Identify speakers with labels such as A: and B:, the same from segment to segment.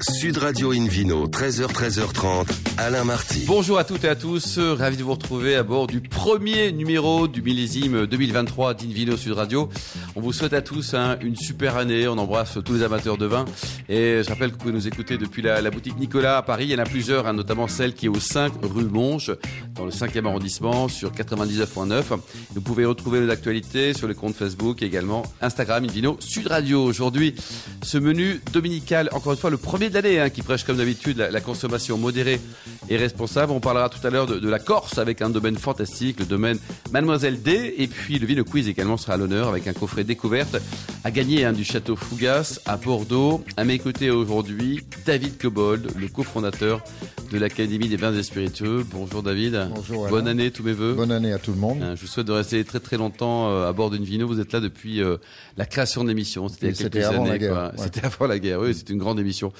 A: Sud Radio Invino, 13h, 13h30, Alain Marty.
B: Bonjour à toutes et à tous, ravi de vous retrouver à bord du premier numéro du millésime 2023 d'Invino Sud Radio. On vous souhaite à tous hein, une super année, on embrasse tous les amateurs de vin et je rappelle que vous pouvez nous écouter depuis la, la boutique Nicolas à Paris, il y en a plusieurs, hein, notamment celle qui est au 5 rue Monge, dans le 5e arrondissement, sur 99.9. Vous pouvez retrouver nos actualités sur le compte Facebook et également Instagram Invino Sud Radio. Aujourd'hui, ce menu dominical, encore une fois le premier de l'année, hein, qui prêche comme d'habitude la, la, consommation modérée et responsable. On parlera tout à l'heure de, de, la Corse avec un domaine fantastique, le domaine Mademoiselle D. Et puis le Vino Quiz également sera à l'honneur avec un coffret découverte à gagner hein, du Château Fougas à Bordeaux. À mes côtés aujourd'hui, David Cobold, le cofondateur de l'Académie des vins et spiritueux. Bonjour David.
C: Bonjour.
B: Bonne année, tous mes voeux.
C: Bonne année à tout le monde.
B: Euh, Je vous souhaite de rester très très longtemps euh, à bord d'une vino. Vous êtes là depuis euh, la création de l'émission.
C: C'était avant, ouais. avant la guerre.
B: C'était avant la guerre, oui, c'était une grande émission.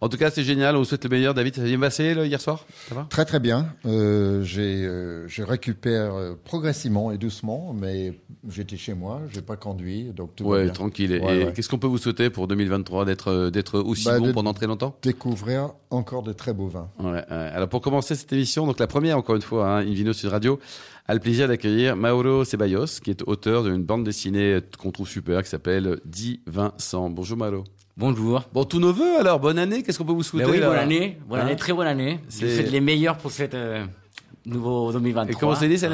B: En tout cas, c'est génial. On vous souhaite le meilleur. David, ça bien passé là, hier soir ça va
C: Très très bien. Euh, j'ai, euh, je récupère progressivement et doucement, mais j'étais chez moi, j'ai pas conduit, donc tout
B: ouais,
C: va bien.
B: tranquille. et, ouais, et qu'est-ce qu'on peut vous souhaiter pour 2023 d'être euh, d'être aussi
C: bah,
B: bon pendant très longtemps
C: Découvrir encore de très beaux vins.
B: Ouais, Alors pour commencer cette émission, donc la première encore une fois, hein, Invino Sud Radio a le plaisir d'accueillir Mauro Ceballos, qui est auteur d'une bande dessinée euh, qu'on trouve super, qui s'appelle 10 Vincent. Bonjour Mauro.
D: Bonjour.
B: Bon, tous nos voeux alors, bonne année, qu'est-ce qu'on peut vous souhaiter
D: ben oui, Bonne année, bonne hein année, très bonne année. C'est les meilleurs pour cette euh, nouveau 2023.
B: Et comment c'est dit, c'est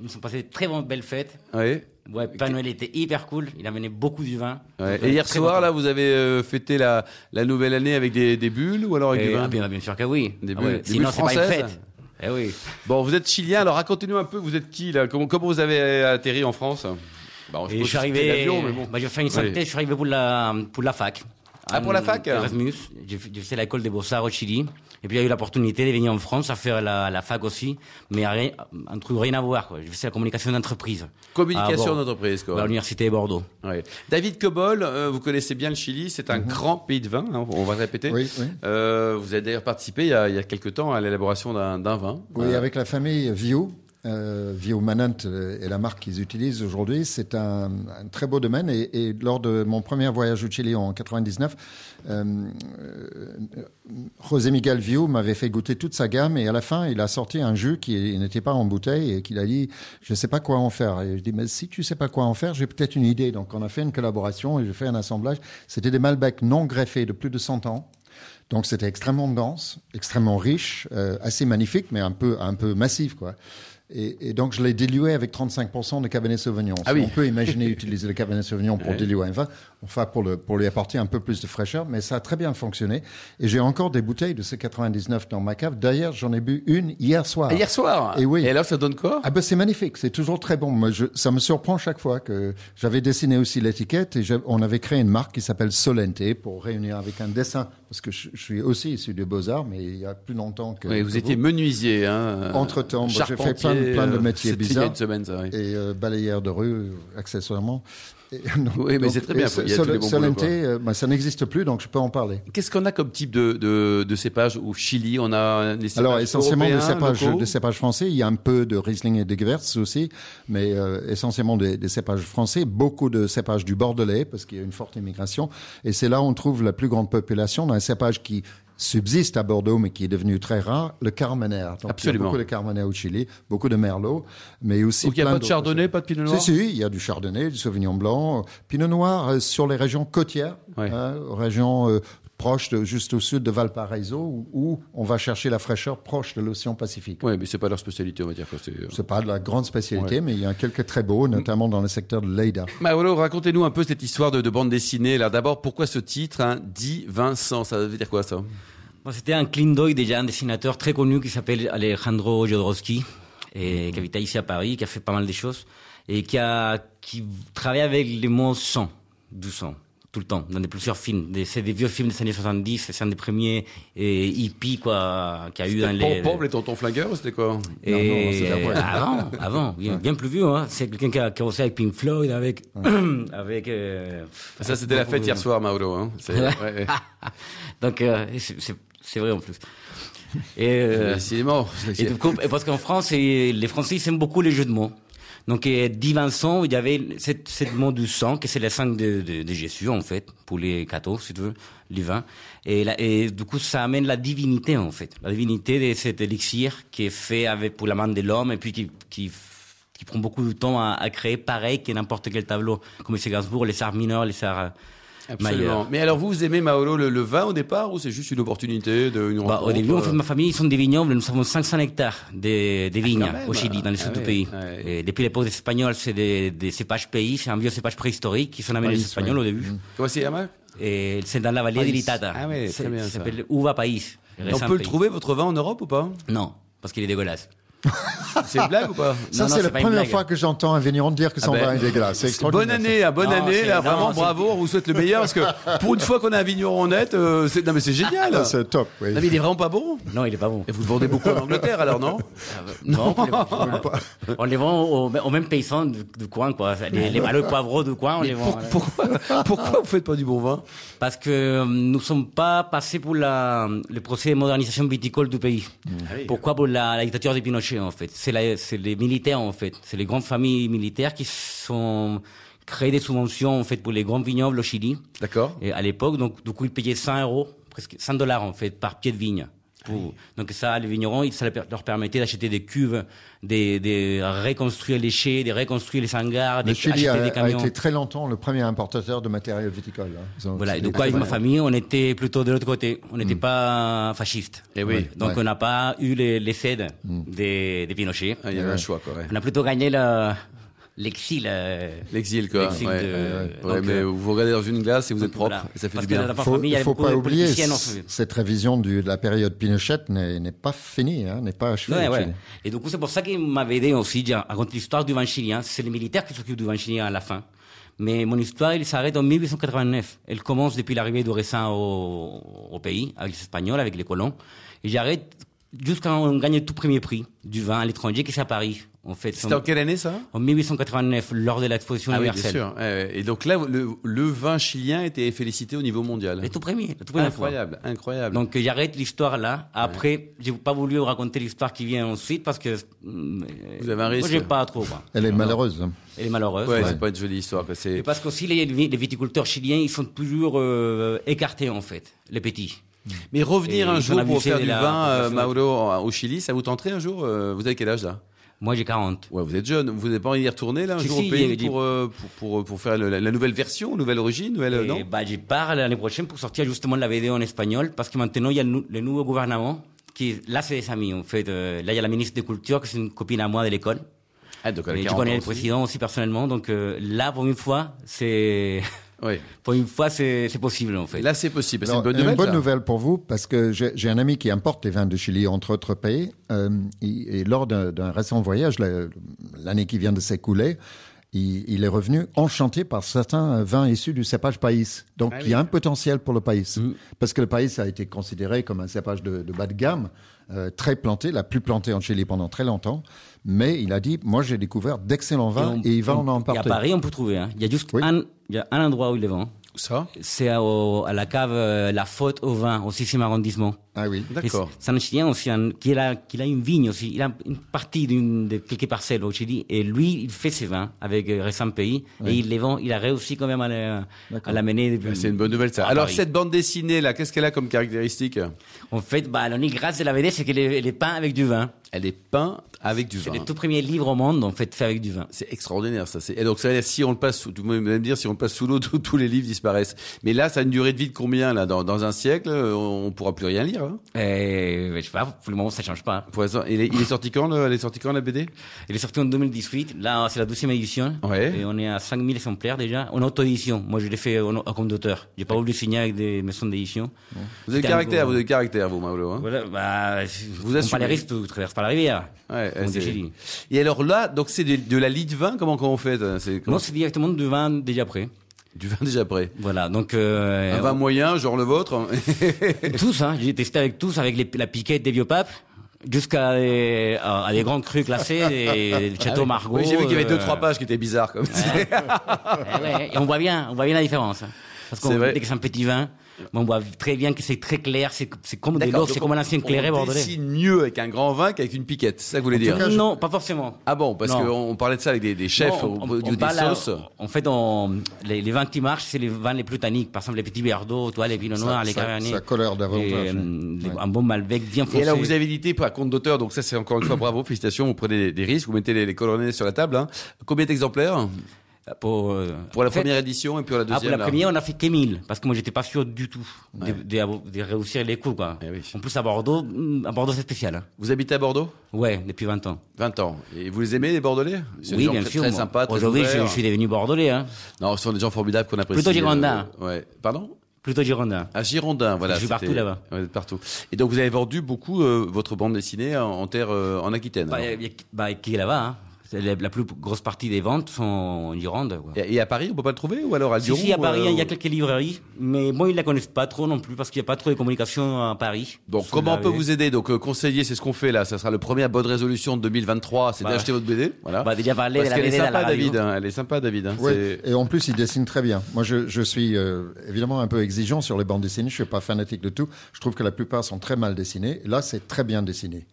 D: Nous sommes passés de très bonnes, belles fêtes.
B: Oui.
D: Ouais, Père Noël était hyper cool. Il amenait beaucoup du vin.
B: Ouais. Et hier soir, content. là, vous avez euh, fêté la, la, nouvelle année avec des, des, bulles ou alors avec
D: Et,
B: du vin
D: ah, bien, bien, sûr que oui.
B: Des
D: ah
B: bulles, ouais. des
D: Sinon,
B: c'est pas
D: une fête. Eh oui.
B: Bon, vous êtes chilien. Alors, racontez-nous un peu. Vous êtes qui là comment, comment vous avez atterri en France
D: bah, je, Et je suis arrivé. Mais bon. bah, je vais faire une synthèse. Oui. Je suis arrivé pour la pour la fac.
B: Ah, pour la fac
D: Erasmus. J'ai fait l'école des Beaux-Arts au Chili. Et puis, j'ai eu l'opportunité de venir en France à faire la, la fac aussi, mais rien, un truc rien à voir. J'ai fait la communication d'entreprise. Ah, Bah,
B: Communication d'entreprise, quoi.
D: À l'Université Bordeaux.
B: Ouais. David Cobol, euh, vous connaissez bien le Chili, c'est un mm -hmm. grand pays de vin, hein, on va le répéter.
C: Mhm. Oui, oui.
B: Euh, vous avez d'ailleurs participé il y, a, il y, a, quelques temps à l'élaboration d'un vin.
C: Oui, euh... avec la famille Vio. Euh, Vio Manant euh, est la marque qu'ils utilisent aujourd'hui. C'est un, un, très beau domaine. Et, et, lors de mon premier voyage au Chili en 99, euh, José Miguel Vio m'avait fait goûter toute sa gamme. Et à la fin, il a sorti un jus qui n'était pas en bouteille et qu'il a dit Je ne sais pas quoi en faire. Et je dis Mais si tu sais pas quoi en faire, j'ai peut-être une idée. Donc on a fait une collaboration et j'ai fait un assemblage. C'était des Malbecs non greffés de plus de 100 ans. Donc c'était extrêmement dense, extrêmement riche, euh, assez magnifique, mais un peu, un peu massif, quoi. Et, et, donc, je l'ai dilué avec 35% de Cabernet Sauvignon.
B: Ah oui.
C: On peut imaginer utiliser le Cabernet Sauvignon pour ouais. diluer un vin, enfin pour, le, pour lui apporter un peu plus de fraîcheur, mais ça a très bien fonctionné. Et j'ai encore des bouteilles de ces 99 dans ma cave. D'ailleurs, j'en ai bu une hier soir.
B: Ah, hier soir
C: Et oui.
B: Et alors, ça donne quoi
C: Ah ben, c'est magnifique, c'est toujours très bon. Moi, je, ça me surprend chaque fois que j'avais dessiné aussi l'étiquette et on avait créé une marque qui s'appelle Solente pour réunir avec un dessin, parce que je, je suis aussi issu des Beaux-Arts, mais il y a plus longtemps que...
B: Oui, vous, que étiez vous. menuisier, hein euh,
C: Entre-temps, bon, j'ai fait plein plein, de métiers bizarres.
B: Il y a une semaine, ça, oui.
C: Et euh, balayeur de rue, accessoirement.
B: Et, non, oui, mais c'est très bien. Il y a
C: Sol
B: tous les bons
C: Solente, euh, bah, ça n'existe plus, donc je peux en parler.
B: Qu'est-ce qu'on a comme type de, de, de cépage au Chili On a des cépages
C: Alors, essentiellement
B: européens,
C: des, cépages, locaux. des cépages français. Il y a un peu de Riesling et de Gewürz aussi, mais euh, essentiellement des, des, cépages français. Beaucoup de cépages du Bordelais, parce qu'il y a une forte immigration. Et c'est là où on trouve la plus grande population d'un cépage qui subsiste à Bordeaux, mais qui est devenu très rare, le Carmenère.
B: Donc, Absolument.
C: Il y a beaucoup de Carmenère au Chili, beaucoup de Merlot, mais aussi.
B: Donc il n'y a pas de Chardonnay, pas de Pinot Noir
C: Si, si, il y a du Chardonnay, du Sauvignon Blanc, Pinot Noir euh, sur les régions côtières,
B: ouais.
C: hein, régions euh, proche, de, juste au sud de Valparaiso, où, où, on va chercher la fraîcheur proche de l'océan Pacifique.
B: Oui, mais c'est pas leur spécialité, on va dire.
C: C'est euh... pas de la grande spécialité, ouais. mais il y a quelques très beaux, notamment dans le secteur de l'Eida.
B: Mauro, racontez-nous un peu cette histoire de, de bande dessinée. Là, d'abord, pourquoi ce titre, hein, dit Vincent Ça veut dire quoi ça
D: bon, C'était un clin d'œil déjà un dessinateur très connu qui s'appelle Alejandro Jodorowsky, et qui habitait ici à Paris, qui a fait pas mal de choses, et qui a qui travaille avec les mots sang, du sang tout le temps, dans des plusieurs films. C'est des vieux films des années 70, c'est un des premiers et hippies quoi, qu'il y a eu dans les... Euh,
B: Pom les tontons flingueurs, c'était quoi
D: et non, non, c'était Avant, avant, bien, bien plus vieux. Hein. C'est quelqu'un qui a, qui a bossé avec Pink Floyd, avec... avec euh,
B: Ça, c'était la fête hier soir, Mauro. Hein.
D: ouais. Donc, euh, c'est vrai en plus.
B: Et, euh, Décidément.
D: et, coup, et parce qu'en France, les Français ils aiment beaucoup les jeux de mots. Donc, euh, dit Vincent, il y avait cette, cette mot du sang, que c'est la sang de, de, de Jésus, en fait, pour les cathos, si tu veux, les vins. Et, la- et du coup, ça amène la divinité, en fait. La divinité de cet élixir qui est fait avec, pour la main de l'homme et puis qui, qui, qui prend beaucoup de temps à, à créer, pareil que n'importe quel tableau. Comme c'est Gainsbourg, les arts mineurs, les arts euh,
B: Absolument.
D: majeurs.
B: Mais alors, vous, vous aimez Maolo le, le vin au départ ou c'est juste une opportunité de une
D: Bah, au
B: rencontre,
D: début, en
B: euh,
D: fait, ma famille, ils sont des vignobles. Nous avons 500 hectares de, de vignes
B: même,
D: au Chili, dans le
B: ah
D: sud du
B: ouais,
D: pays.
B: ouais.
D: Et depuis l'époque des Espagnols, c'est des, des cépages pays, c'est un vieux cépage préhistorique qui sont amenés les
C: País,
D: Espagnols
C: ouais.
D: au début.
B: Comment c'est Yama
D: Et c'est dans la vallée
C: País.
D: de l'Itata.
B: Mm. Ah ouais,
D: C'est-
B: très bien,
D: Ça
B: ça.
D: s'appelle Uva País.
B: Et On peut le trouver, votre vin, en Europe ou pas
D: Non, parce qu'il est dégueulasse.
B: C'est une blague ou pas
C: Ça,
D: non,
C: c'est
D: c'est
C: la
D: pas une
C: première
D: blague. Ah
C: fois que j'entends un vigneron dire que son
B: ben,
C: vin est dégueulasse. C'est
B: Bonne
C: extraordinaire.
B: année, hein, bonne
D: Non,
B: année,
D: c'est-
B: là,
D: non,
B: vraiment
D: c'est-
B: bravo, on vous souhaite le meilleur parce que pour une fois qu'on a un vigneron honnête, euh, c'est- non mais c'est génial.
C: Ah, C'est top, oui.
B: Non mais il est vraiment pas bon.
D: Non, il est pas bon.
B: Et vous le vendez beaucoup en Angleterre alors non
D: Non, on les vend- on les vend aux, aux mêmes paysans du, du coin, quoi. Les, les malheureux poivrons du coin, on les vend. euh,
B: Pour- pourquoi, pourquoi vous faites pas du bon vin
D: Parce que euh, nous ne sommes pas passés pour la, le procès de modernisation viticole du pays.
C: Mm. Ah
D: Pourquoi Pour la, la dictature de Pinochet, en fait. C'est la- c'est les militaires, en fait. C'est les grandes familles militaires qui sont créées des subventions, en fait, pour les grands vignobles au Chili.
B: D'accord.
D: Et à l'époque, donc, du coup, ils payaient 100 euros, presque 100 dollars, en fait, par pied de vigne.
C: Ah
D: Pour- Donc ça, les vignerons, ils- ça leur permettait d'acheter des cuves, de, de reconstruire les chais, de reconstruire les hangars, de
C: Le Chili
D: acheter
C: a,
D: des
C: a
D: camions.
C: été très longtemps le premier importateur de matériel viticole. hein. Donc,
D: Voilà, et
C: c'était
D: donc avec ma
C: extraordinaire.
D: famille, on était plutôt de l'autre côté. On n'était pas fasciste.
B: Mm. Eh oui, Mm.
D: Ouais. Donc
C: ouais.
D: on n'a pas eu les, les aides des, des Pinochet. Euh,
B: Ah, Il y avait un choix quoi. ouais.
D: On a plutôt gagné la- l'exil. euh,
B: L'exil quoi.
D: L'exil
B: ouais,
D: de-
B: ouais, ouais.
D: donc,
B: mais
D: euh,
B: vous vous regardez dans une glace et vous êtes
D: donc,
B: propre.
D: voilà.
B: Et ça fait
D: Parce
B: du
D: que
B: bien.
D: dans la
C: Faut-
D: famille, il y avait
C: faut
D: beaucoup
C: pas
D: de
C: oublier,
D: politiciens, non,
C: c- cette révision du- de la période Pinochet n'est n'est pas finie, hein, n'est pas achevée.
D: Ouais,
C: au
D: ouais.
C: Chili.
D: Et du coup, c'est pour ça qu'il m'avait aidé aussi à à raconter l'histoire du vin chilien. C'est les militaires qui s'occupent du vin chilien à la fin. Mais mon histoire, elle s'arrête en 1889. Elle commence depuis l'arrivée du raisin au, au pays, avec les Espagnols, avec les colons. Et j'arrête jusqu'à on gagne le tout premier prix du vin à l'étranger, qui c'est à Paris. En fait,
B: C'était en
D: en,
B: quelle année ça
D: en 1889, lors de l'exposition
B: Ah oui, bien
D: universelle.
B: sûr. ouais, ouais. Et donc là, le, le vin chilien était félicité au niveau mondial.
D: Le tout premier, le tout premier fois.
B: Incroyable, incroyable.
D: hein. Donc euh, j'arrête l'histoire là. Après, j'ai pas voulu vous raconter l'histoire qui vient ensuite parce que vous
B: Vous avez un risque.
D: J'ai pas trop. quoi.
C: Elle est malheureuse. hein.
D: Elle est malheureuse.
B: ouais,
D: ouais.
B: c'est pas une jolie histoire. quoi,
D: Et
B: C'est
D: parce qu'aussi, les, les viticulteurs chiliens, ils sont toujours euh, écartés, en fait, les petits.
B: Mais revenir
D: Et
B: un
D: ils en
B: jour
D: ont
B: pour
D: abusé
B: faire
D: de
B: du
D: la
B: vin, euh,
D: population.
B: Mauro, en- au Chili, ça vous tenterait un jour euh, Vous avez quel âge là
D: Moi, j'ai 40.
B: Ouais, vous êtes jeune. Vous n'avez pas envie d'y retourner là un
D: Si,
B: jour
D: si,
B: au
D: il y
B: pays
D: a des-
B: pour, euh, pour, pour, pour faire le- la, la nouvelle version, nouvelle origine, nouvelle euh,
D: Et
B: non
D: bah, j'y pars l'année prochaine pour sortir justement la vidéo en espagnol, parce que maintenant, il y a le, nou- le nouveau gouvernement, qui, là, c'est des amis, en fait. Euh, là, il y a la ministre des Cultures, qui est une copine à moi de l'école.
B: Ah, donc à
D: Et je
B: 40 ans
D: connais le
B: aussi.
D: président aussi personnellement, donc euh, là, pour une fois, c'est...
B: Ouais.
D: Pour une fois, c'est c'est possible, en fait.
B: Là, c'est possible. C'est une
C: Alors,
B: bonne nouvelle. ça.
C: pour vous, parce que j'ai j'ai un ami qui importe les vins de Chili, entre autres pays, euh, et, et lors d'un d'un récent voyage, la- l'année qui vient de s'écouler, il, il est revenu enchanté par certains vins issus du cépage País. Donc, il y a un potentiel pour le País. Parce que le País a été considéré comme un cépage de, de bas de gamme, euh, très planté, la plus plantée en Chili pendant très longtemps. Mais il a dit, moi, j'ai découvert d'excellents
D: Et
C: vins
D: on-
C: et, il va
D: on-
C: en
D: Et à
C: emporter.
D: Paris, on peut trouver. hein. Il y a juste
C: Oui.
D: un, il y a un endroit où il les vend.
B: Ça
D: C'est à, au- à la cave euh, La Faute au vin, au 6e arrondissement.
C: Ah oui.
B: D'accord.
D: C'est un Chilien aussi un- qui, a, qui a une vigne aussi. Il a une partie d'une de quelques parcelles au Chili. Et lui, il fait ses vins avec euh, Récent Pays. Et il les vend. Il a réussi quand même à le- à l'amener.
B: Bah, C'est une bonne nouvelle ça.
D: à
B: Alors
D: Paris.
B: cette bande dessinée là, qu'est-ce qu'elle a comme caractéristique
D: En fait, bah, l'unique grâce de la BD, c'est qu'elle est, elle est peinte avec du vin.
B: Elle est peinte avec du
D: C'est
B: vin.
D: le tout premier livre au monde, en fait, fait avec du vin.
B: C'est extraordinaire ça. C'est- Et donc ça veut dire, si on le passe, sous- vous pouvez même dire si on le passe sous l'eau, tous tous les livres disparaissent. Mais là, ça a une durée de vie de combien là dans, dans un siècle, euh, on pourra plus rien lire. hein
D: Et, je sais pas, pour le moment, ça change pas.
B: Pour l'instant, il, est, il est sorti quand le- Elle est sortie quand la BD
D: Elle est sortie en 2018. Là, c'est la 12e édition.
B: Ouais.
D: Et on est à 5000 exemplaires déjà. En auto-édition. Moi, je l'ai fait en, en compte d'auteur. J'ai pas voulu signer avec des maisons d'édition.
B: Vous avez le
D: C'était un
B: caractère,
D: gros-
B: vous avez le caractère, vous, Mauro. hein
D: Voilà, bah,
B: Vous
D: on
B: assumez.
D: prend les risques, on traverse pas la rivière.
B: Ouais, ouais,
D: Comme on dit
B: c'est-
D: chez lui.
B: Et alors là, donc c'est de, de la lit de vin. Comment comment on fait hein C'est comment-
D: Non, c'est directement du vin déjà prêt.
B: du vin déjà prêt.
D: Voilà, donc euh,
B: Un vin moyen, genre le vôtre.
D: tous, hein, j'ai testé avec tous, avec les- la piquette des vieux papes, jusqu'à des, à, à des grands crus classés, des, des châteaux Margaux.
B: Ah Oui, j'ai vu qu'il y avait deux
D: euh, Ah,
B: trois pages qui étaient bizarres comme ça.
D: Eh ouais, ouais, et on voit bien, on voit bien la différence. hein. Parce
B: C'est
D: qu'on
B: vrai.
D: dès que c'est un petit vin, Mais on voit très bien que c'est très clair, c'est c'est comme de
B: D'accord,
D: l'eau, c'est
B: donc
D: comme un ancien clairet
B: On
D: bordelais.
B: dessine mieux avec un grand vin qu'avec une piquette, c'est ça que vous voulez dire
C: cas, je-
D: Non, pas forcément.
B: Ah bon, parce
D: Non.
B: qu'on parlait de ça avec des, des chefs
D: Non,
B: au niveau des
D: parle à-
B: sauces.
D: en fait, on- les, les vins qui marchent, c'est les vins les plus tanniques. Par exemple, les petits Verdot, toi, les Pinot
C: Ça-
D: Noirs, les
C: ça-
D: Cabernet.
C: ça colore davantage,
D: Et, euh,
C: ouais.
D: les-
C: Ouais.
D: Un bon Malbec bien foncé.
B: hein. Et alors vous avez édité par compte d'auteur, donc ça c'est encore une fois bravo, félicitations, vous prenez des, des risques, vous mettez les, les colonnées sur la table. hein. Combien d'exemplaires
D: pour, euh,
B: pour la
D: en fait,
B: première édition et puis pour la
D: ah, pour
B: deuxième
D: la
B: là
D: première, on a fait qu'Emile, parce que moi, j'étais pas sûr du tout de, de- de réussir les coups, quoi.
B: Eh oui.
D: En plus, à Bordeaux, hum, à Bordeaux, c'est spécial. hein.
B: Vous habitez à Bordeaux
D: Ouais, depuis 20 ans.
B: 20 ans. Et vous les aimez les Bordelais C'est des
D: Oui,
B: gens
D: bien
B: très,
D: sûr.
B: Très
D: moi.
B: sympa, très
D: Aujourd'hui, je,
B: ouverts.
D: je suis devenu bordelais, hein.
B: Non, ce sont des gens formidables qu'on apprécie.
D: Plutôt Girondins.
B: euh, ouais. Pardon
D: Plutôt girondin.
B: À Girondin, voilà.
D: Je suis
B: c'était-
D: partout là-bas.
B: Ouais, vous êtes partout. Et donc vous avez vendu beaucoup euh, votre bande dessinée en, en terre, euh, en Aquitaine.
D: Bah,
B: alors.
D: y a- bah, qui est là-bas, hein. C'est La, la plus grosse partie des ventes sont en Gironde, quoi.
B: et, et à Paris, on peut pas le trouver ou alors à
D: Si,
B: Lyon
D: si, à Paris, hein,
B: euh,
D: il y a quelques librairies, mais bon, ils la connaissent pas trop non plus parce qu'il n'y a pas trop de communication à Paris.
B: Bon,
D: Sous
B: comment
D: la-
B: on peut vous aider Donc, euh, conseiller, c'est ce qu'on fait là. Ça sera le premier à bonne résolution de 2023, c'est
D: Bah,
B: d'acheter votre BD. Voilà.
D: bah, déjà parler
B: Parce
D: de la
B: qu'elle est
D: BD à la
B: sympa,
D: radio.
B: David. hein, Elle est sympa, David. hein,
C: Ouais,
B: c'est-
C: et en plus, il dessine très bien. Moi, je, je suis euh, évidemment un peu exigeant sur les bandes dessinées. Je suis pas fanatique de tout. Je trouve que la plupart sont très mal dessinées. Là, c'est très bien dessiné.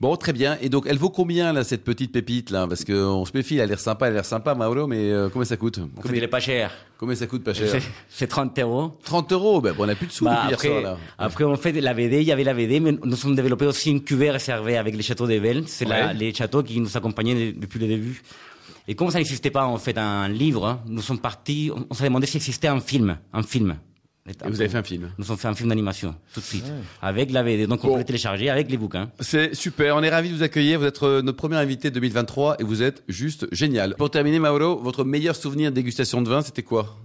B: Bon, très bien. Et donc, elle vaut combien là cette petite pépite là Parce que on se méfie. Elle a l'air sympa, elle a l'air sympa, Mauro. Mais euh, combien ça coûte
D: En fait,
B: combien,
D: il est pas cher.
B: combien ça coûte pas cher
D: C'est- C'est 30 euros.
B: 30 euros. Ben, bon, on a plus de sous
D: Bah,
B: depuis hier
D: après,
B: soir là.
D: après, en fait, la BD, il y avait la BD, mais nous sommes développés aussi une cuvée réservée avec les châteaux de Vels. C'est la-
B: Ouais.
D: les châteaux qui nous accompagnaient de- depuis le début. Et comme ça n'existait pas, en fait, un livre, hein, nous sommes partis, on, on s'est demandé s'il existait un film. Un film.
B: Et vous avez fait un film.
D: Nous avons fait un film d'animation, tout de suite. Avec la BD. Donc, on
B: Bon.
D: peut le télécharger avec les bouquins.
B: C'est super, on est ravis de vous accueillir, vous êtes euh, notre premier invité 2023 et vous êtes juste génial. Pour terminer Mauro, votre meilleur souvenir de dégustation de vin, c'était quoi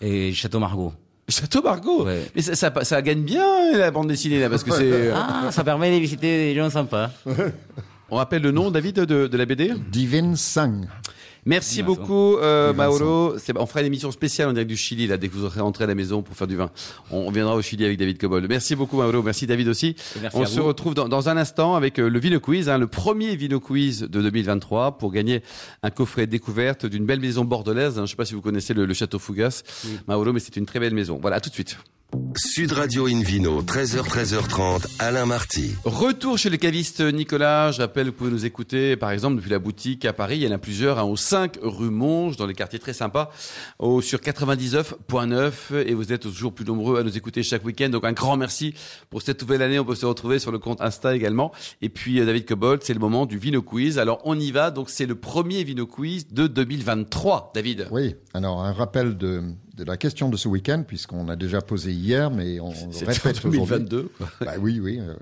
D: Et Château Margaux.
B: Château Margot
D: Ouais.
B: Mais ça, ça, ça gagne bien la bande dessinée là, parce que c'est. euh,
D: Ah, ça permet de visiter des gens sympas.
B: On rappelle le nom, David, de, de la BD
C: Divine Sang.
B: Merci
D: Vincent.
B: beaucoup, euh,
C: Oui, Vincent.
B: Mauro. C'est- On fera une émission spéciale en direct du Chili, là, dès que vous serez rentré à la maison pour faire du vin. On, on viendra au Chili avec David Cobold. Merci beaucoup, Mauro. Merci, David aussi.
D: Et merci
B: on
D: à
B: se
D: vous.
B: retrouve dans, dans un instant avec euh, le Vino Quiz, hein, le premier Vino Quiz de 2023 pour gagner un coffret découverte d'une belle maison bordelaise. hein. Je ne sais pas si vous connaissez le, le Château Fougas, Mauro, mais c'est une très belle maison. Voilà, à tout de suite.
A: Sud Radio Invino, 13h, 13h30, Alain Marty.
B: Retour chez le caviste Nicolas. Je rappelle, vous pouvez nous écouter, par exemple, depuis la boutique à Paris. Il y en a plusieurs, hein, au 5 rue Monge, dans les quartiers très sympas, au, sur 99.9. Et vous êtes toujours plus nombreux à nous écouter chaque week-end. Donc, un grand merci pour cette nouvelle année. On peut se retrouver sur le compte Insta également. Et puis, euh, David Cobold, c'est le moment du Vino Quiz. Alors, on y va. Donc, c'est le premier Vino Quiz de 2023, David.
C: Oui. Alors, un rappel de, de la question de ce week-end, puisqu'on a déjà posé hier, mais on
B: C'était
C: répète
B: en
C: aujourd'hui.
B: 2022. quoi.
C: Bah oui, oui. euh.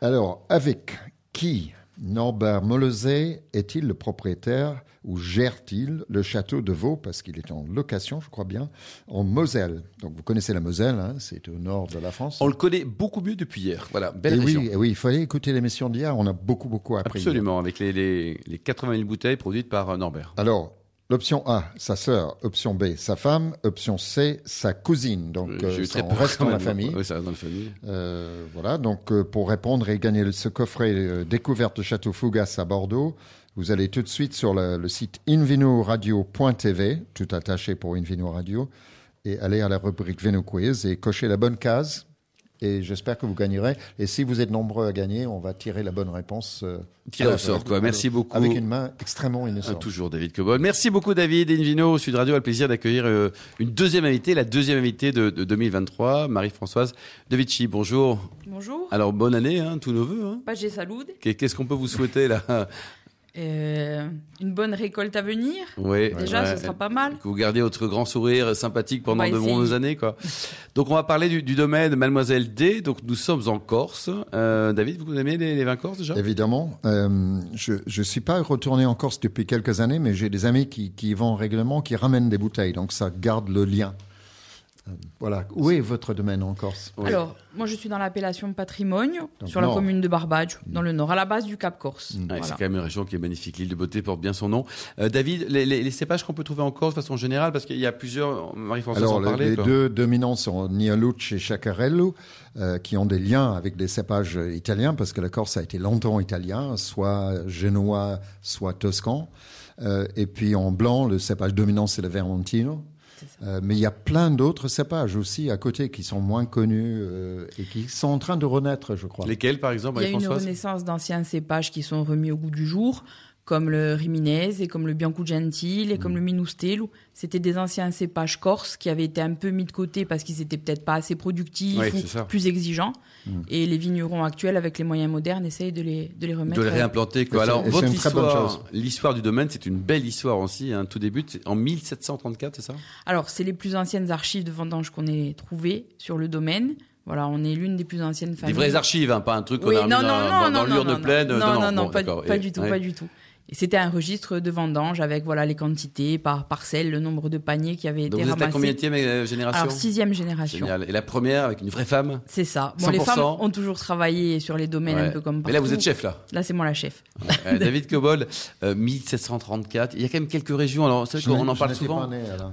C: Alors, avec qui Norbert Molezet est-il le propriétaire ou gère-t-il le château de Vaud, parce qu'il est en location, je crois bien, en Moselle Donc, vous connaissez la Moselle, hein, c'est au nord de la France.
B: On le connaît beaucoup mieux depuis hier. Voilà, belle
C: et
B: région.
C: oui, et oui, il fallait écouter l'émission d'hier, on a beaucoup, beaucoup appris.
B: Absolument, avec les, les, les 80 000 bouteilles produites par euh, Norbert.
C: Alors, l'option A, sa sœur. Option B, sa femme. Option C, sa cousine. Donc,
B: Euh,
C: euh,
B: j'ai eu
C: ça,
B: très
C: on
B: peur
C: reste
B: quand
C: dans la
B: même. hein.
C: famille.
B: Oui, ça reste dans la famille.
C: Euh, voilà, donc euh, pour répondre et gagner ce coffret euh, découverte de Château Fougas à Bordeaux, vous allez tout de suite sur le, le site invinoradio.tv, tout attaché pour Invino Radio, et aller à la rubrique Vino Quiz et cocher la bonne case. Et j'espère que vous gagnerez. Et si vous êtes nombreux à gagner, on va tirer la bonne réponse. euh,
B: Tiré
C: à la
B: au sort,
C: rubrique
B: quoi.
C: Vino.
B: Merci beaucoup.
C: Avec une main extrêmement
B: Ah,
C: innocente.
B: toujours David Cobol. Merci beaucoup David Invino. Sud Radio a le plaisir d'accueillir euh, une deuxième invitée, la deuxième invitée de, de 2023, Marie-Françoise De Vici. Bonjour.
E: Bonjour,
B: Alors bonne année, hein, tous nos voeux. hein.
E: Pagé Salud.
B: Qu'est- Qu'est-ce qu'on peut vous souhaiter là
E: Euh, une bonne récolte à venir.
B: Ouais,
E: Déjà,
B: ouais.
E: ce sera pas mal.
B: Que vous gardiez votre grand sourire sympathique pendant
E: va
B: de
E: essayer.
B: nombreuses années, quoi. Donc on va parler du, du domaine Mademoiselle D. Donc nous sommes en Corse. Euh, David, vous aimez les, les vins corses déjà
C: Évidemment. Euh, je ne suis pas retourné en Corse depuis quelques années, mais j'ai des amis qui, qui y vont régulièrement, qui ramènent des bouteilles. Donc ça garde le lien. Euh, Voilà. Où est votre domaine en Corse
B: Oui.
E: Alors, moi, je suis dans l'appellation Patrimoine,
C: Donc,
E: sur
C: nord.
E: la commune de Barbadge, dans le nord, à la base du Cap Corse.
B: Mm. Ouais,
E: Voilà.
B: C'est quand même une région qui est magnifique. L'île de beauté porte bien son nom. Euh, David, les, les- les cépages qu'on peut trouver en Corse de façon générale, parce qu'il y a plusieurs. Marie-Françoise
C: Alors,
B: en
C: le-
B: parlait.
C: les
B: quoi.
C: deux dominants sont Nialucci et Chacarello, euh, qui ont des liens avec des cépages euh, italiens, parce que la Corse a été longtemps italien, soit génois, soit toscan. Euh, et puis en blanc, le cépage dominant, c'est le Vermentino. Euh, mais il y a plein d'autres cépages aussi à côté qui sont moins connus euh, et qui sont en train de renaître, je crois.
B: Lesquels, par exemple,
E: Il y a
B: avec
E: une
B: Françoise
E: renaissance d'anciens cépages qui sont remis au goût du jour, comme le Riminez et comme le Bianco Gentile et
B: Mm.
E: comme le Minustel. C'était des anciens cépages corses qui avaient été un peu mis de côté parce qu'ils étaient peut-être pas assez productifs
B: Ouais,
E: ou
B: c'est ça. Mm.
E: plus exigeants. Et les vignerons actuels, avec les moyens modernes, essayent de les, de les remettre. euh,
B: De le réimplanter, quoi.
C: Et c'est-
B: Alors,
C: et c'est
B: votre
C: une très bonne
B: histoire,
C: chose.
B: l'histoire du domaine, c'est une belle histoire aussi. hein. Tout débute c'est en 1734, c'est ça
E: Alors, c'est les plus anciennes archives de vendanges qu'on ait trouvées sur le domaine. Voilà, on est l'une des plus anciennes
B: Des
E: familles.
B: vraies archives, hein, pas un truc qu'on
E: Oui,
B: a mis
E: non, non,
B: dans,
E: non,
B: dans-
E: non,
B: dans l'urne
E: non, non.
B: pleine. euh,
E: Non, non, non,
B: bon,
E: pas, du-
B: d'accord.
E: pas
B: Et-
E: du tout,
B: ouais.
E: pas du tout. Et c'était un registre de vendanges avec voilà les quantités par parcelle, le nombre de paniers qui avaient
B: Donc
E: été
B: vous êtes la
E: ramassés.
B: combien de euh, génération
E: Alors sixième génération.
B: Génial. Et la première avec une vraie femme
E: C'est ça. Bon, les
B: 100%.
E: femmes ont toujours travaillé sur les domaines
B: Ouais.
E: un peu comme partout.
B: Mais là, vous êtes chef, là.
E: Là, c'est moi la chef.
B: Euh, David Cobol, euh, 1734. Il y a quand même quelques régions. Alors, c'est
C: Je
B: vrai
C: n'ai-
B: qu'on en
C: je
B: parle
C: n'étais pas
B: souvent.
C: né, alors.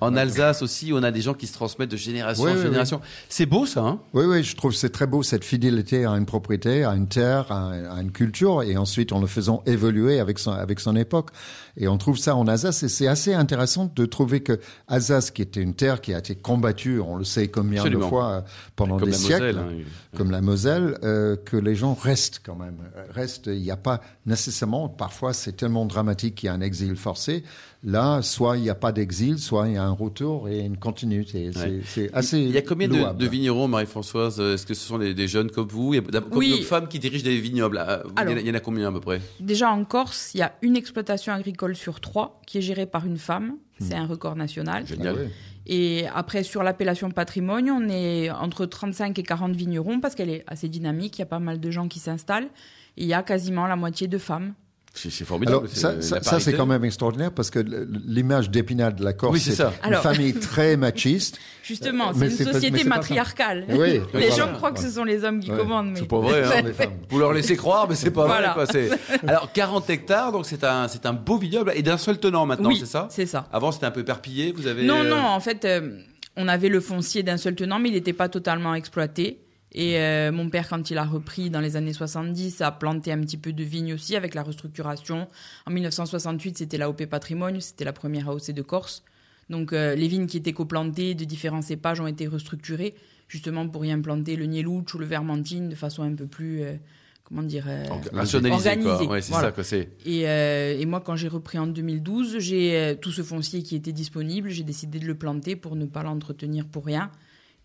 B: En Alsace aussi, on a des gens qui se transmettent de génération
C: Oui,
B: en
C: oui,
B: génération. C'est beau, ça, hein
C: Oui, oui, je trouve que c'est très beau cette fidélité à une propriété, à une terre, à, à une culture, et ensuite en le faisant évoluer avec son, avec son époque. Et on trouve ça en Alsace, et c'est assez intéressant de trouver que Alsace, qui était une terre qui a été combattue, on le sait combien
B: Absolument.
C: de fois euh, pendant
B: Comme
C: des
B: la
C: siècles,
B: Moselle. hein.
C: comme la Moselle, euh, que les gens restent quand même. Restent, il n'y a pas nécessairement, parfois c'est tellement dramatique qu'il y a un exil forcé. Là, soit il n'y a pas d'exil, soit il y a un retour et une continuité. C'est-
B: Ouais.
C: C'est assez.
B: Il y a combien de,
C: louable.
B: de vignerons, Marie-Françoise Est-ce que ce sont des, des jeunes comme vous Il y a d'ab-
E: Oui.
B: combien de femmes qui dirigent des vignobles Ah, vous-
E: Alors.
B: Il y en a combien à peu près
E: Déjà en Corse, il y a une exploitation agricole sur trois qui est gérée par une femme. C'est un record national.
C: Ah
B: Hmm. Génial.
C: oui.
E: Et après, sur l'appellation patrimoine, on est entre 35 et 40 vignerons parce qu'elle est assez dynamique. Il y a pas mal de gens qui s'installent. Et il y a quasiment la moitié de femmes.
B: C'est c'est formidable.
C: Alors,
B: c'est
C: ça,
B: la
C: ça- ça,
B: parité.
C: c'est quand même extraordinaire parce que le- l'image d'Épinal de la Corse,
B: Oui, c'est ça.
C: une
E: Alors-
C: famille très machiste.
E: Justement,
C: Euh, Mais
E: c'est
C: c'est
E: une
C: pas- mais
E: société
C: c'est pas ça.
E: matriarcale.
C: Oui,
E: les
C: voilà.
E: gens croient que ce sont les hommes qui
C: Ouais.
E: commandent. Mais...
B: C'est pas vrai, hein.
C: Les femmes.
B: Vous leur laissez croire, mais c'est pas
E: Voilà.
B: vrai. quoi. C'est- Alors, 40 hectares, donc c'est un, c'est un beau vignoble et d'un seul tenant maintenant,
E: oui,
B: c'est ça
E: C'est ça.
B: Avant, c'était un peu éparpillé, vous avez...
E: Non,
B: euh,
E: non, en fait, euh, on avait le foncier d'un seul tenant, mais il n'était pas totalement exploité. Et euh, mon père, quand il a repris dans les années 70, a planté un petit peu de vignes aussi avec la restructuration. En 1968, c'était l'AOP Patrimoine, c'était la première AOC de Corse. Donc euh, les vignes qui étaient coplantées de différents cépages ont été restructurées, justement pour y implanter le Nielouch ou le Vermentine de façon un peu plus, euh, comment dire, euh,
B: orga- Rationalisé, quoi.
E: Organisé,
B: Ouais, c'est
E: voilà.
B: ça, quoi. C'est...
E: et, euh, et moi, quand j'ai repris en 2012, j'ai euh, tout ce foncier qui était disponible, j'ai décidé de le planter pour ne pas l'entretenir pour rien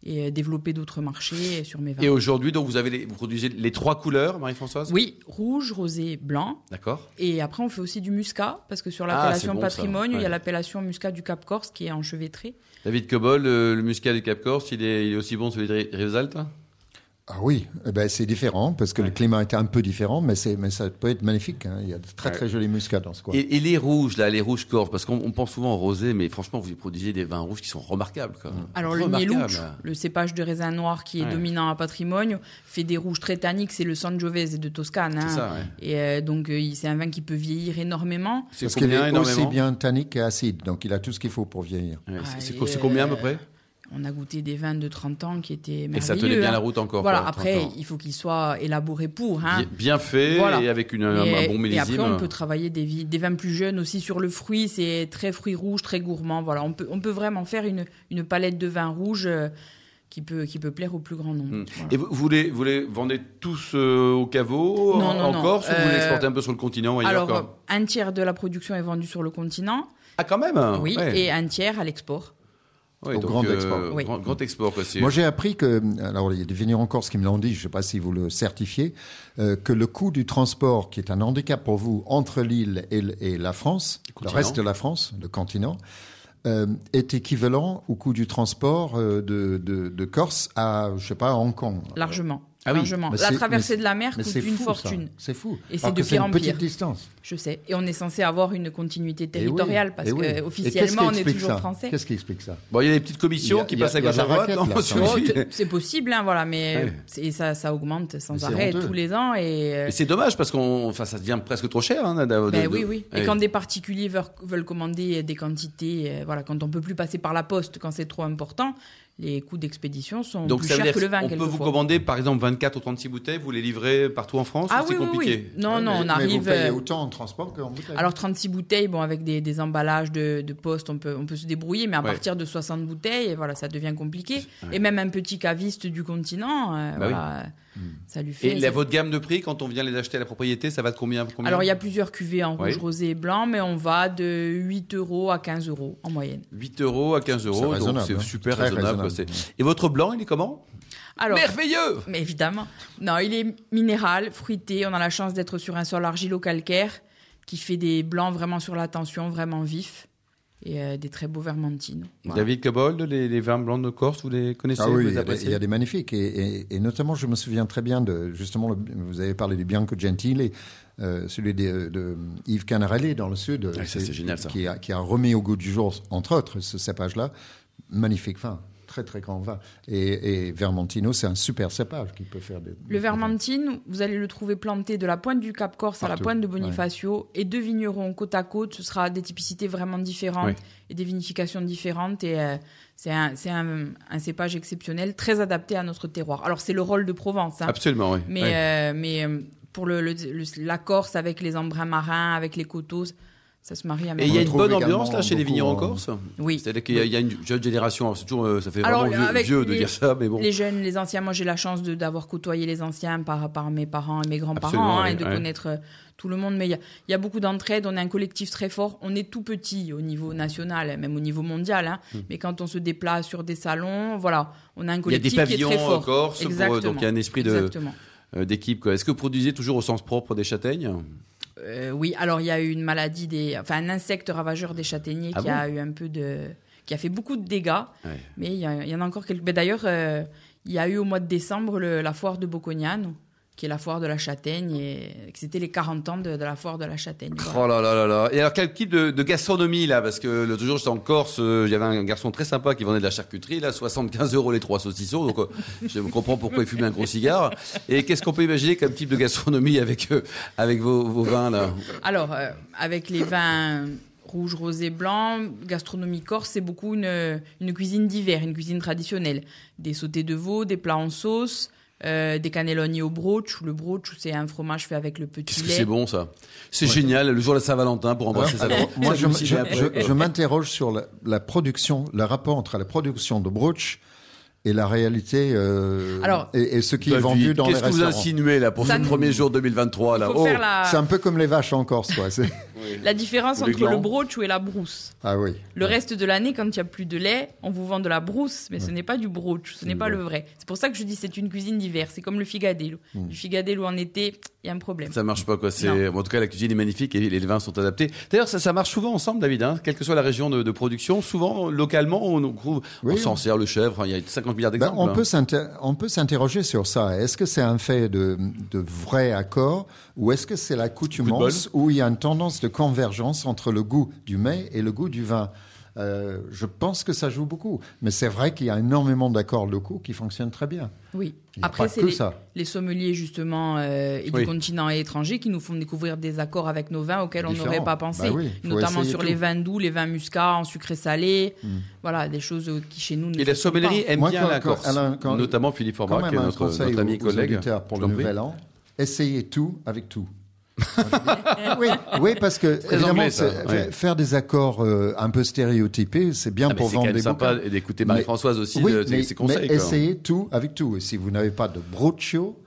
E: et euh, développer d'autres marchés sur mes vins.
B: Et aujourd'hui, donc, vous, avez les- vous produisez les trois couleurs, Marie-Françoise
E: Oui, rouge, rosé, blanc.
B: D'accord.
E: Et après, on fait aussi du muscat, parce que sur
B: Ah,
E: l'appellation
B: c'est bon, ça,
E: patrimoine, il y
B: ouais.
E: a l'appellation muscat du Cap Corse qui est enchevêtrée.
B: David Cobol, le, le muscat du Cap Corse, il est, il est aussi bon que celui de Ri- Rivesaltes hein
C: Ah oui, eh ben, c'est différent parce que le climat était un peu différent, mais, c'est- mais ça peut être magnifique. hein. Il y a de très très jolis muscades dans ce coin.
B: et, et les rouges, là, les rouges corse, parce qu'on on pense souvent au rosé, mais franchement, vous y produisez des vins rouges qui sont remarquables, quoi.
E: Mm. Alors le
B: Remarquables.
E: mielouch, le cépage de raisin noir qui est
B: Ouais.
E: dominant à patrimoine, fait des rouges très tanniques, c'est le Sangiovese de Toscane.
B: C'est
E: hein.
B: ça, ouais.
E: Et euh, donc, euh, il- c'est un vin qui peut vieillir énormément.
B: C'est
C: Parce
B: combien
C: qu'il est aussi
B: énormément
C: bien tannique qu'acide, donc il a tout ce qu'il faut pour vieillir.
B: Ouais, c'est-
E: Ah,
B: c'est
E: il
B: co- c'est
E: est-
B: combien à peu près
E: On a goûté des vins de 30 ans qui étaient merveilleux.
B: Et ça tenait bien
E: hein.
B: la route encore.
E: Voilà,
B: quoi,
E: après,
B: 30 ans.
E: il faut qu'il soit élaboré pour. Hein.
B: Bien- bien fait
E: Voilà.
B: et avec une, un-
E: Mais-
B: un bon
E: et après,
B: millésime.
E: on peut travailler des, vi- des vins plus jeunes aussi sur le fruit. C'est très fruit rouge, très gourmand. Voilà, on peut, on peut vraiment faire une, une palette de vins rouges euh, qui peut, qui peut plaire au plus grand nombre.
B: Mm.
E: Voilà.
B: Et vous, vous les, vous les vendez tous euh, au caveau
E: Non,
B: en,
E: non,
B: en
E: non.
B: Corse ou vous les
E: Euh,
B: exportez un peu sur le continent ailleurs
E: Alors,
B: quoi
E: euh, un tiers de la production est vendue sur le continent,
B: Ah, quand même hein,
E: oui,
B: ouais. Ah
E: et un tiers à l'export.
B: Ouais, euh,
C: Au grand export.
E: Oui.
B: Grand, grand export, quoi. c'est-
C: Moi, j'ai appris que, alors il y a des vignerons corse qui me l'ont dit, je ne sais pas si vous le certifiez, euh, que le coût du transport, qui est un handicap pour vous entre l'île et, l- et la France, le
B: continent.
C: reste de la France, le continent, euh, est équivalent au coût du transport euh, de, de- de Corse à, je sais pas, Hong Kong.
E: Largement.
B: Ah oui.
E: largement.
C: Mais
E: La
C: c'est-
E: traversée
C: mais-
E: de la mer
C: Mais
E: coûte
C: c'est
E: une
C: fou, ça.
E: fortune,
C: C'est fou.
E: Et c'est
C: Alors
E: de
C: que c'est
E: pire en
C: une petite
E: pire.
C: distance.
E: je sais. Et on est censé avoir une continuité
C: Eh oui,
E: territoriale parce
C: eh oui. Et
E: que
C: qu'est-ce
E: officiellement,
C: qui
E: on est
C: explique
E: toujours
C: ça
E: français.
C: Qu'est-ce qui explique ça
B: Bon, il y a des petites commissions
C: Il y a-
B: qui
C: il y a-
B: passent à
C: il y a
B: gauche
C: de la
B: à droite.
C: raquette,
B: non,
C: là, quand
B: sur-
C: même.
E: Oh, c'est- c'est possible, hein, voilà, mais
B: Ouais.
E: c'est- ça, ça augmente sans
C: Mais c'est
E: arrêt
C: honteux.
E: tous les ans. Et, euh,
B: Mais c'est dommage parce qu'on, enfin, ça devient presque trop cher. Hein, d'avoir- de-
E: ben
B: de-
E: oui, oui.
B: Ouais.
E: Et quand des particuliers veulent, veulent commander des quantités, euh, voilà, quand on peut plus passer par la poste, quand c'est trop important, les coûts d'expédition sont
B: Donc
E: plus
B: ça veut
E: chers
B: dire
E: que le vin.
B: on peut vous
E: quelquefois.
B: commander par exemple 24 ou 36 bouteilles, vous les livrez partout en France
E: Ah
B: ou
E: oui,
B: c'est
E: oui,
B: compliqué
E: oui. Non,
C: Ouais,
E: non,
C: Eh mais-
E: on
C: mais
E: arrive.
C: vous payez
E: euh,
C: autant en transport qu'en bouteille.
E: Alors 36 bouteilles, bon avec des, des emballages de, de poste, on peut, on peut se débrouiller, mais à
B: Ouais.
E: partir de 60 bouteilles, et voilà, ça devient compliqué.
B: Ouais.
E: Et même un petit caviste du continent, euh,
B: Bah oui.
E: voilà, ça lui fait.
B: Et la, votre gamme de prix, quand on vient les acheter à la propriété, ça va de combien, combien
E: Alors il y a plusieurs cuvées en
B: Oui.
E: rouge, rosé et blanc, mais on va de 8 euros à 15 euros en moyenne.
B: 8 euros à 15
C: C'est
B: euros, donc
C: raisonnable,
B: c'est
C: hein.
B: super
C: Très
B: raisonnable. quoi,
C: raisonnable.
B: c'est- Et votre blanc, il est comment
E: Alors,
B: Merveilleux
E: mais évidemment, non, il est minéral, fruité. On a la chance d'être sur un sol argilo-calcaire qui fait des blancs vraiment sur la tension, vraiment vifs, et euh, des très beaux vermentines. Voilà.
B: David Cobold, les, les vins blancs de Corse, vous les connaissez
C: Ah
B: vous
C: oui,
B: les
C: il y, a des,
B: appréciez
C: il y a des magnifiques. Et, et- et notamment, je me souviens très bien de, justement, le- vous avez parlé du Bianco Gentile, euh, celui de, de Yves Canarelli dans le Sud.
B: Ah, ça,
C: qui-
B: c'est génial, ça.
C: Qui a, qui a remis au goût du jour, entre autres, ce cépage-là. Magnifique vin. Très, très grand vin. Et, et Vermentino, c'est un super cépage qui peut faire des.
E: Le vermentine, vous allez le trouver planté de la pointe du Cap Corse à la
C: Partout,
E: pointe de
C: ouais.
E: Bonifacio et deux vignerons côte à côte. Ce sera des typicités vraiment différentes
B: Oui.
E: et des vinifications différentes. Et euh, c'est un, c'est un- un cépage exceptionnel, très adapté à notre terroir. Alors, c'est le rôle de Provence. hein.
B: Absolument, oui.
E: mais
B: Oui.
E: euh, mais euh, pour le, le- le- la Corse, avec les embruns marins, avec les coteaux, ça se marie à
B: Et il y a
E: merveille.
B: une
C: retrouve
B: bonne
C: également
B: ambiance là chez les
C: beaucoup
B: vignerons en
C: en-
B: Corse
E: Oui.
B: C'est-à-dire qu'il y a- il y, a une jeune génération, alors c'est toujours, euh, ça fait
E: Alors,
B: vraiment vieux,
E: avec
B: vieux de
E: les-
B: dire ça, mais bon.
E: Les jeunes, les anciens, moi j'ai la chance de- d'avoir côtoyé les anciens par, par mes parents et mes
B: Absolument,
E: grands-parents hein,
B: oui,
E: et de
B: ouais.
E: connaître euh, tout le monde. Mais il y a, il y a beaucoup d'entraide, on est un collectif très fort. On est tout petit au niveau national, même au niveau mondial. hein. Mais quand on se déplace sur des salons, voilà, on a un
B: Hmm. Il y a des
E: collectif qui est
B: pavillons
E: très
B: en
E: fort.
B: Corse, pour- euh,
E: Exactement.
B: donc il y a un esprit de-
E: Exactement.
B: euh, d'équipe. quoi. Est-ce que vous produisez toujours au sens propre des châtaignes
E: Euh, oui, alors il y a eu une maladie des, enfin un insecte ravageur des châtaigniers
B: Ah
E: qui
B: bon
E: a eu un peu de, qui a fait beaucoup de dégâts.
B: Ouais.
E: Mais il y, a- il y en a encore quelques. Mais D'ailleurs, euh, il y a eu au mois de décembre le- la foire de Bocognano, qui est la foire de la châtaigne, et que c'était les 40 ans de, de la foire de la châtaigne.
B: Oh là là là là. Et alors, quel type de, de gastronomie, là Parce que l'autre jour, j'étais en Corse, euh, il y avait un garçon très sympa qui vendait de la charcuterie, là, 75 euros les trois saucissons. Donc, euh, je comprends pourquoi il fume un gros cigare. Et qu'est-ce qu'on peut imaginer comme type de gastronomie avec, euh, avec vos, vos vins, là
E: Alors, euh, avec les vins rouges, rosés, blancs, gastronomie corse, c'est beaucoup une, une cuisine d'hiver, une cuisine traditionnelle. Des sautés de veau, des plats en sauce, euh, des cannelloni au brooch. Le brooch, c'est un fromage fait avec le petit
B: Qu'est-ce que
E: lait.
B: c'est bon, ça C'est génial, le jour de la Saint-Valentin pour embrasser sa
C: Alors, moi, je,
B: me suis
C: je-
B: dit après,
C: je-
B: quoi.
C: je m'interroge sur la, la production, le rapport entre la production de brooch et la réalité euh,
E: Alors-
C: et, et ce qui est
B: David,
C: vendu dans les
B: Qu'est-ce que vous
C: restaurants.
B: insinuez, là, pour
E: Ça
B: ce
E: nous-
B: premier jour 2023,
E: Il
B: là
E: faut
B: Oh
E: faire la,
C: C'est un peu comme les vaches en Corse, quoi. c'est-
E: la différence
B: Ou les
E: entre le
B: glands.
E: brooch et la brousse.
C: Ah oui.
E: Le reste de l'année, quand il n'y a plus de lait, on vous vend de la brousse, mais ce n'est pas du brooch, ce n'est pas le vrai. C'est pour ça que je dis c'est une cuisine d'hiver, c'est comme le figadello.
B: Mm.
E: Du figadello en été, il y a un problème.
B: Ça marche pas quoi. C'est en tout cas la cuisine est magnifique et les vins sont adaptés. D'ailleurs ça, ça marche souvent ensemble David, hein, quelle que soit la région de, de production. Souvent localement on nous trouve
C: Oui.
B: on s'en sert le chèvre. hein, Il y a 50 milliards
C: Ben,
B: d'exemples.
C: on,
B: hein.
C: peut s'inter- on peut s'interroger sur ça. Est-ce que c'est un fait de, de vrai accord ou est-ce que c'est la coutumance où il y a une tendance de convergence entre le goût du mets et le goût du vin Euh, Je pense que ça joue beaucoup. Mais c'est vrai qu'il y a énormément d'accords locaux qui fonctionnent très bien.
E: Oui.
C: Il y a
E: Après,
C: pas
E: c'est
C: que
E: les,
C: ça.
E: les sommeliers, justement, euh, et
B: Oui.
E: du continent et étranger qui nous font découvrir des accords avec nos vins auxquels on
C: Différents.
E: n'aurait pas pensé.
C: Bah oui, faut
E: Notamment
C: essayer
E: sur
C: tout. Hmm.
E: les vins doux, les vins muscats, en sucré salé. Voilà, des choses euh, qui chez nous ne
B: Et la
E: se font pas.
B: sommellerie aime
C: Moi,
B: bien
C: quand-
B: la
C: quand-
B: Corse,
C: Alain, quand-
B: notamment Philippe
C: Quand
B: Format, qui
C: même
B: est
C: un
B: notre,
C: conseil
B: notre ami
C: aux, aux
B: collègue.
C: auditeurs pour
B: Je
C: le
B: t'en prie.
C: nouvel an. Essayez tout avec tout. oui, oui, parce que
B: très
C: évidemment,
B: anglais, ça,
C: c'est-
B: ouais.
C: faire des accords euh, un peu stéréotypés, c'est bien
B: Ah, mais
C: pour
B: c'est quand
C: vendre
B: même
C: des
B: sympa
C: bouquins.
B: d'écouter
C: Mais-
B: Marie-Françoise aussi
C: Oui,
B: de,
C: mais,
B: ses conseils.
C: mais
B: quoi.
C: essayez tout avec tout. Et si vous n'avez pas de broccio,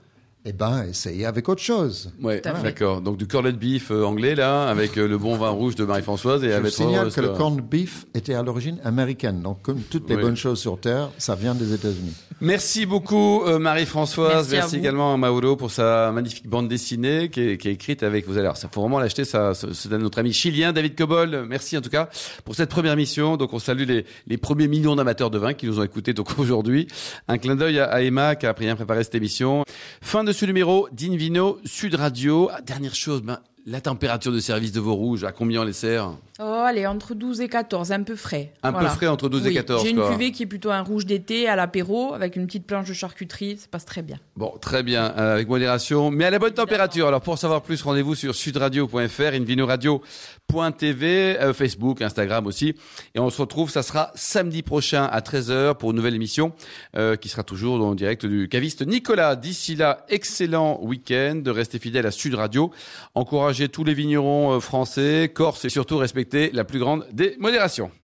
C: eh ben, essayez avec autre chose.
B: Ouais,
E: Tout à fait.
B: d'accord. Donc du cornet de beef euh, anglais là, avec euh, le bon vin rouge de Marie-Françoise et
C: Je vous
B: avec
C: signale
B: Rose,
C: que le
B: quoi.
C: corned beef était à l'origine américaine. Donc, comme toutes les
B: Oui.
C: bonnes choses sur Terre, ça vient des États-Unis.
B: Merci beaucoup euh, Marie-Françoise, merci,
E: Merci à vous.
B: également à Mauro pour sa magnifique bande dessinée qui est, qui est écrite avec vous. Alors, ça faut vraiment l'acheter, ça ça- c'est à notre ami chilien David Cobol. Merci en tout cas pour cette première mission. Donc on salue les, les premiers millions d'amateurs de vin qui nous ont écoutés donc aujourd'hui. Un clin d'œil à, à Emma qui a bien préparé cette émission. Fin de ce numéro d'Invino Sud Radio. Ah, Dernière chose, ben La température de service de vos rouges, à combien on les sert
E: Oh, allez, entre 12 et 14, un peu frais.
B: Un
E: Voilà.
B: peu frais entre 12
E: Oui,
B: et 14.
E: J'ai une
B: quoi.
E: cuvée qui est plutôt un rouge d'été à l'apéro avec une petite planche de charcuterie, ça passe très bien.
B: Bon, très bien, euh, avec modération, mais à la bonne température. Alors, pour savoir plus, rendez-vous sur sudradio.fr, invinoradio.tv, euh, Facebook, Instagram aussi. Et on se retrouve, ça sera samedi prochain à 13h pour une nouvelle émission euh, qui sera toujours en direct du caviste Nicolas. D'ici là, excellent week-end, restez fidèles à Sud Radio, encouragez tous les vignerons euh, français, corses et surtout respectez la plus grande des modérations.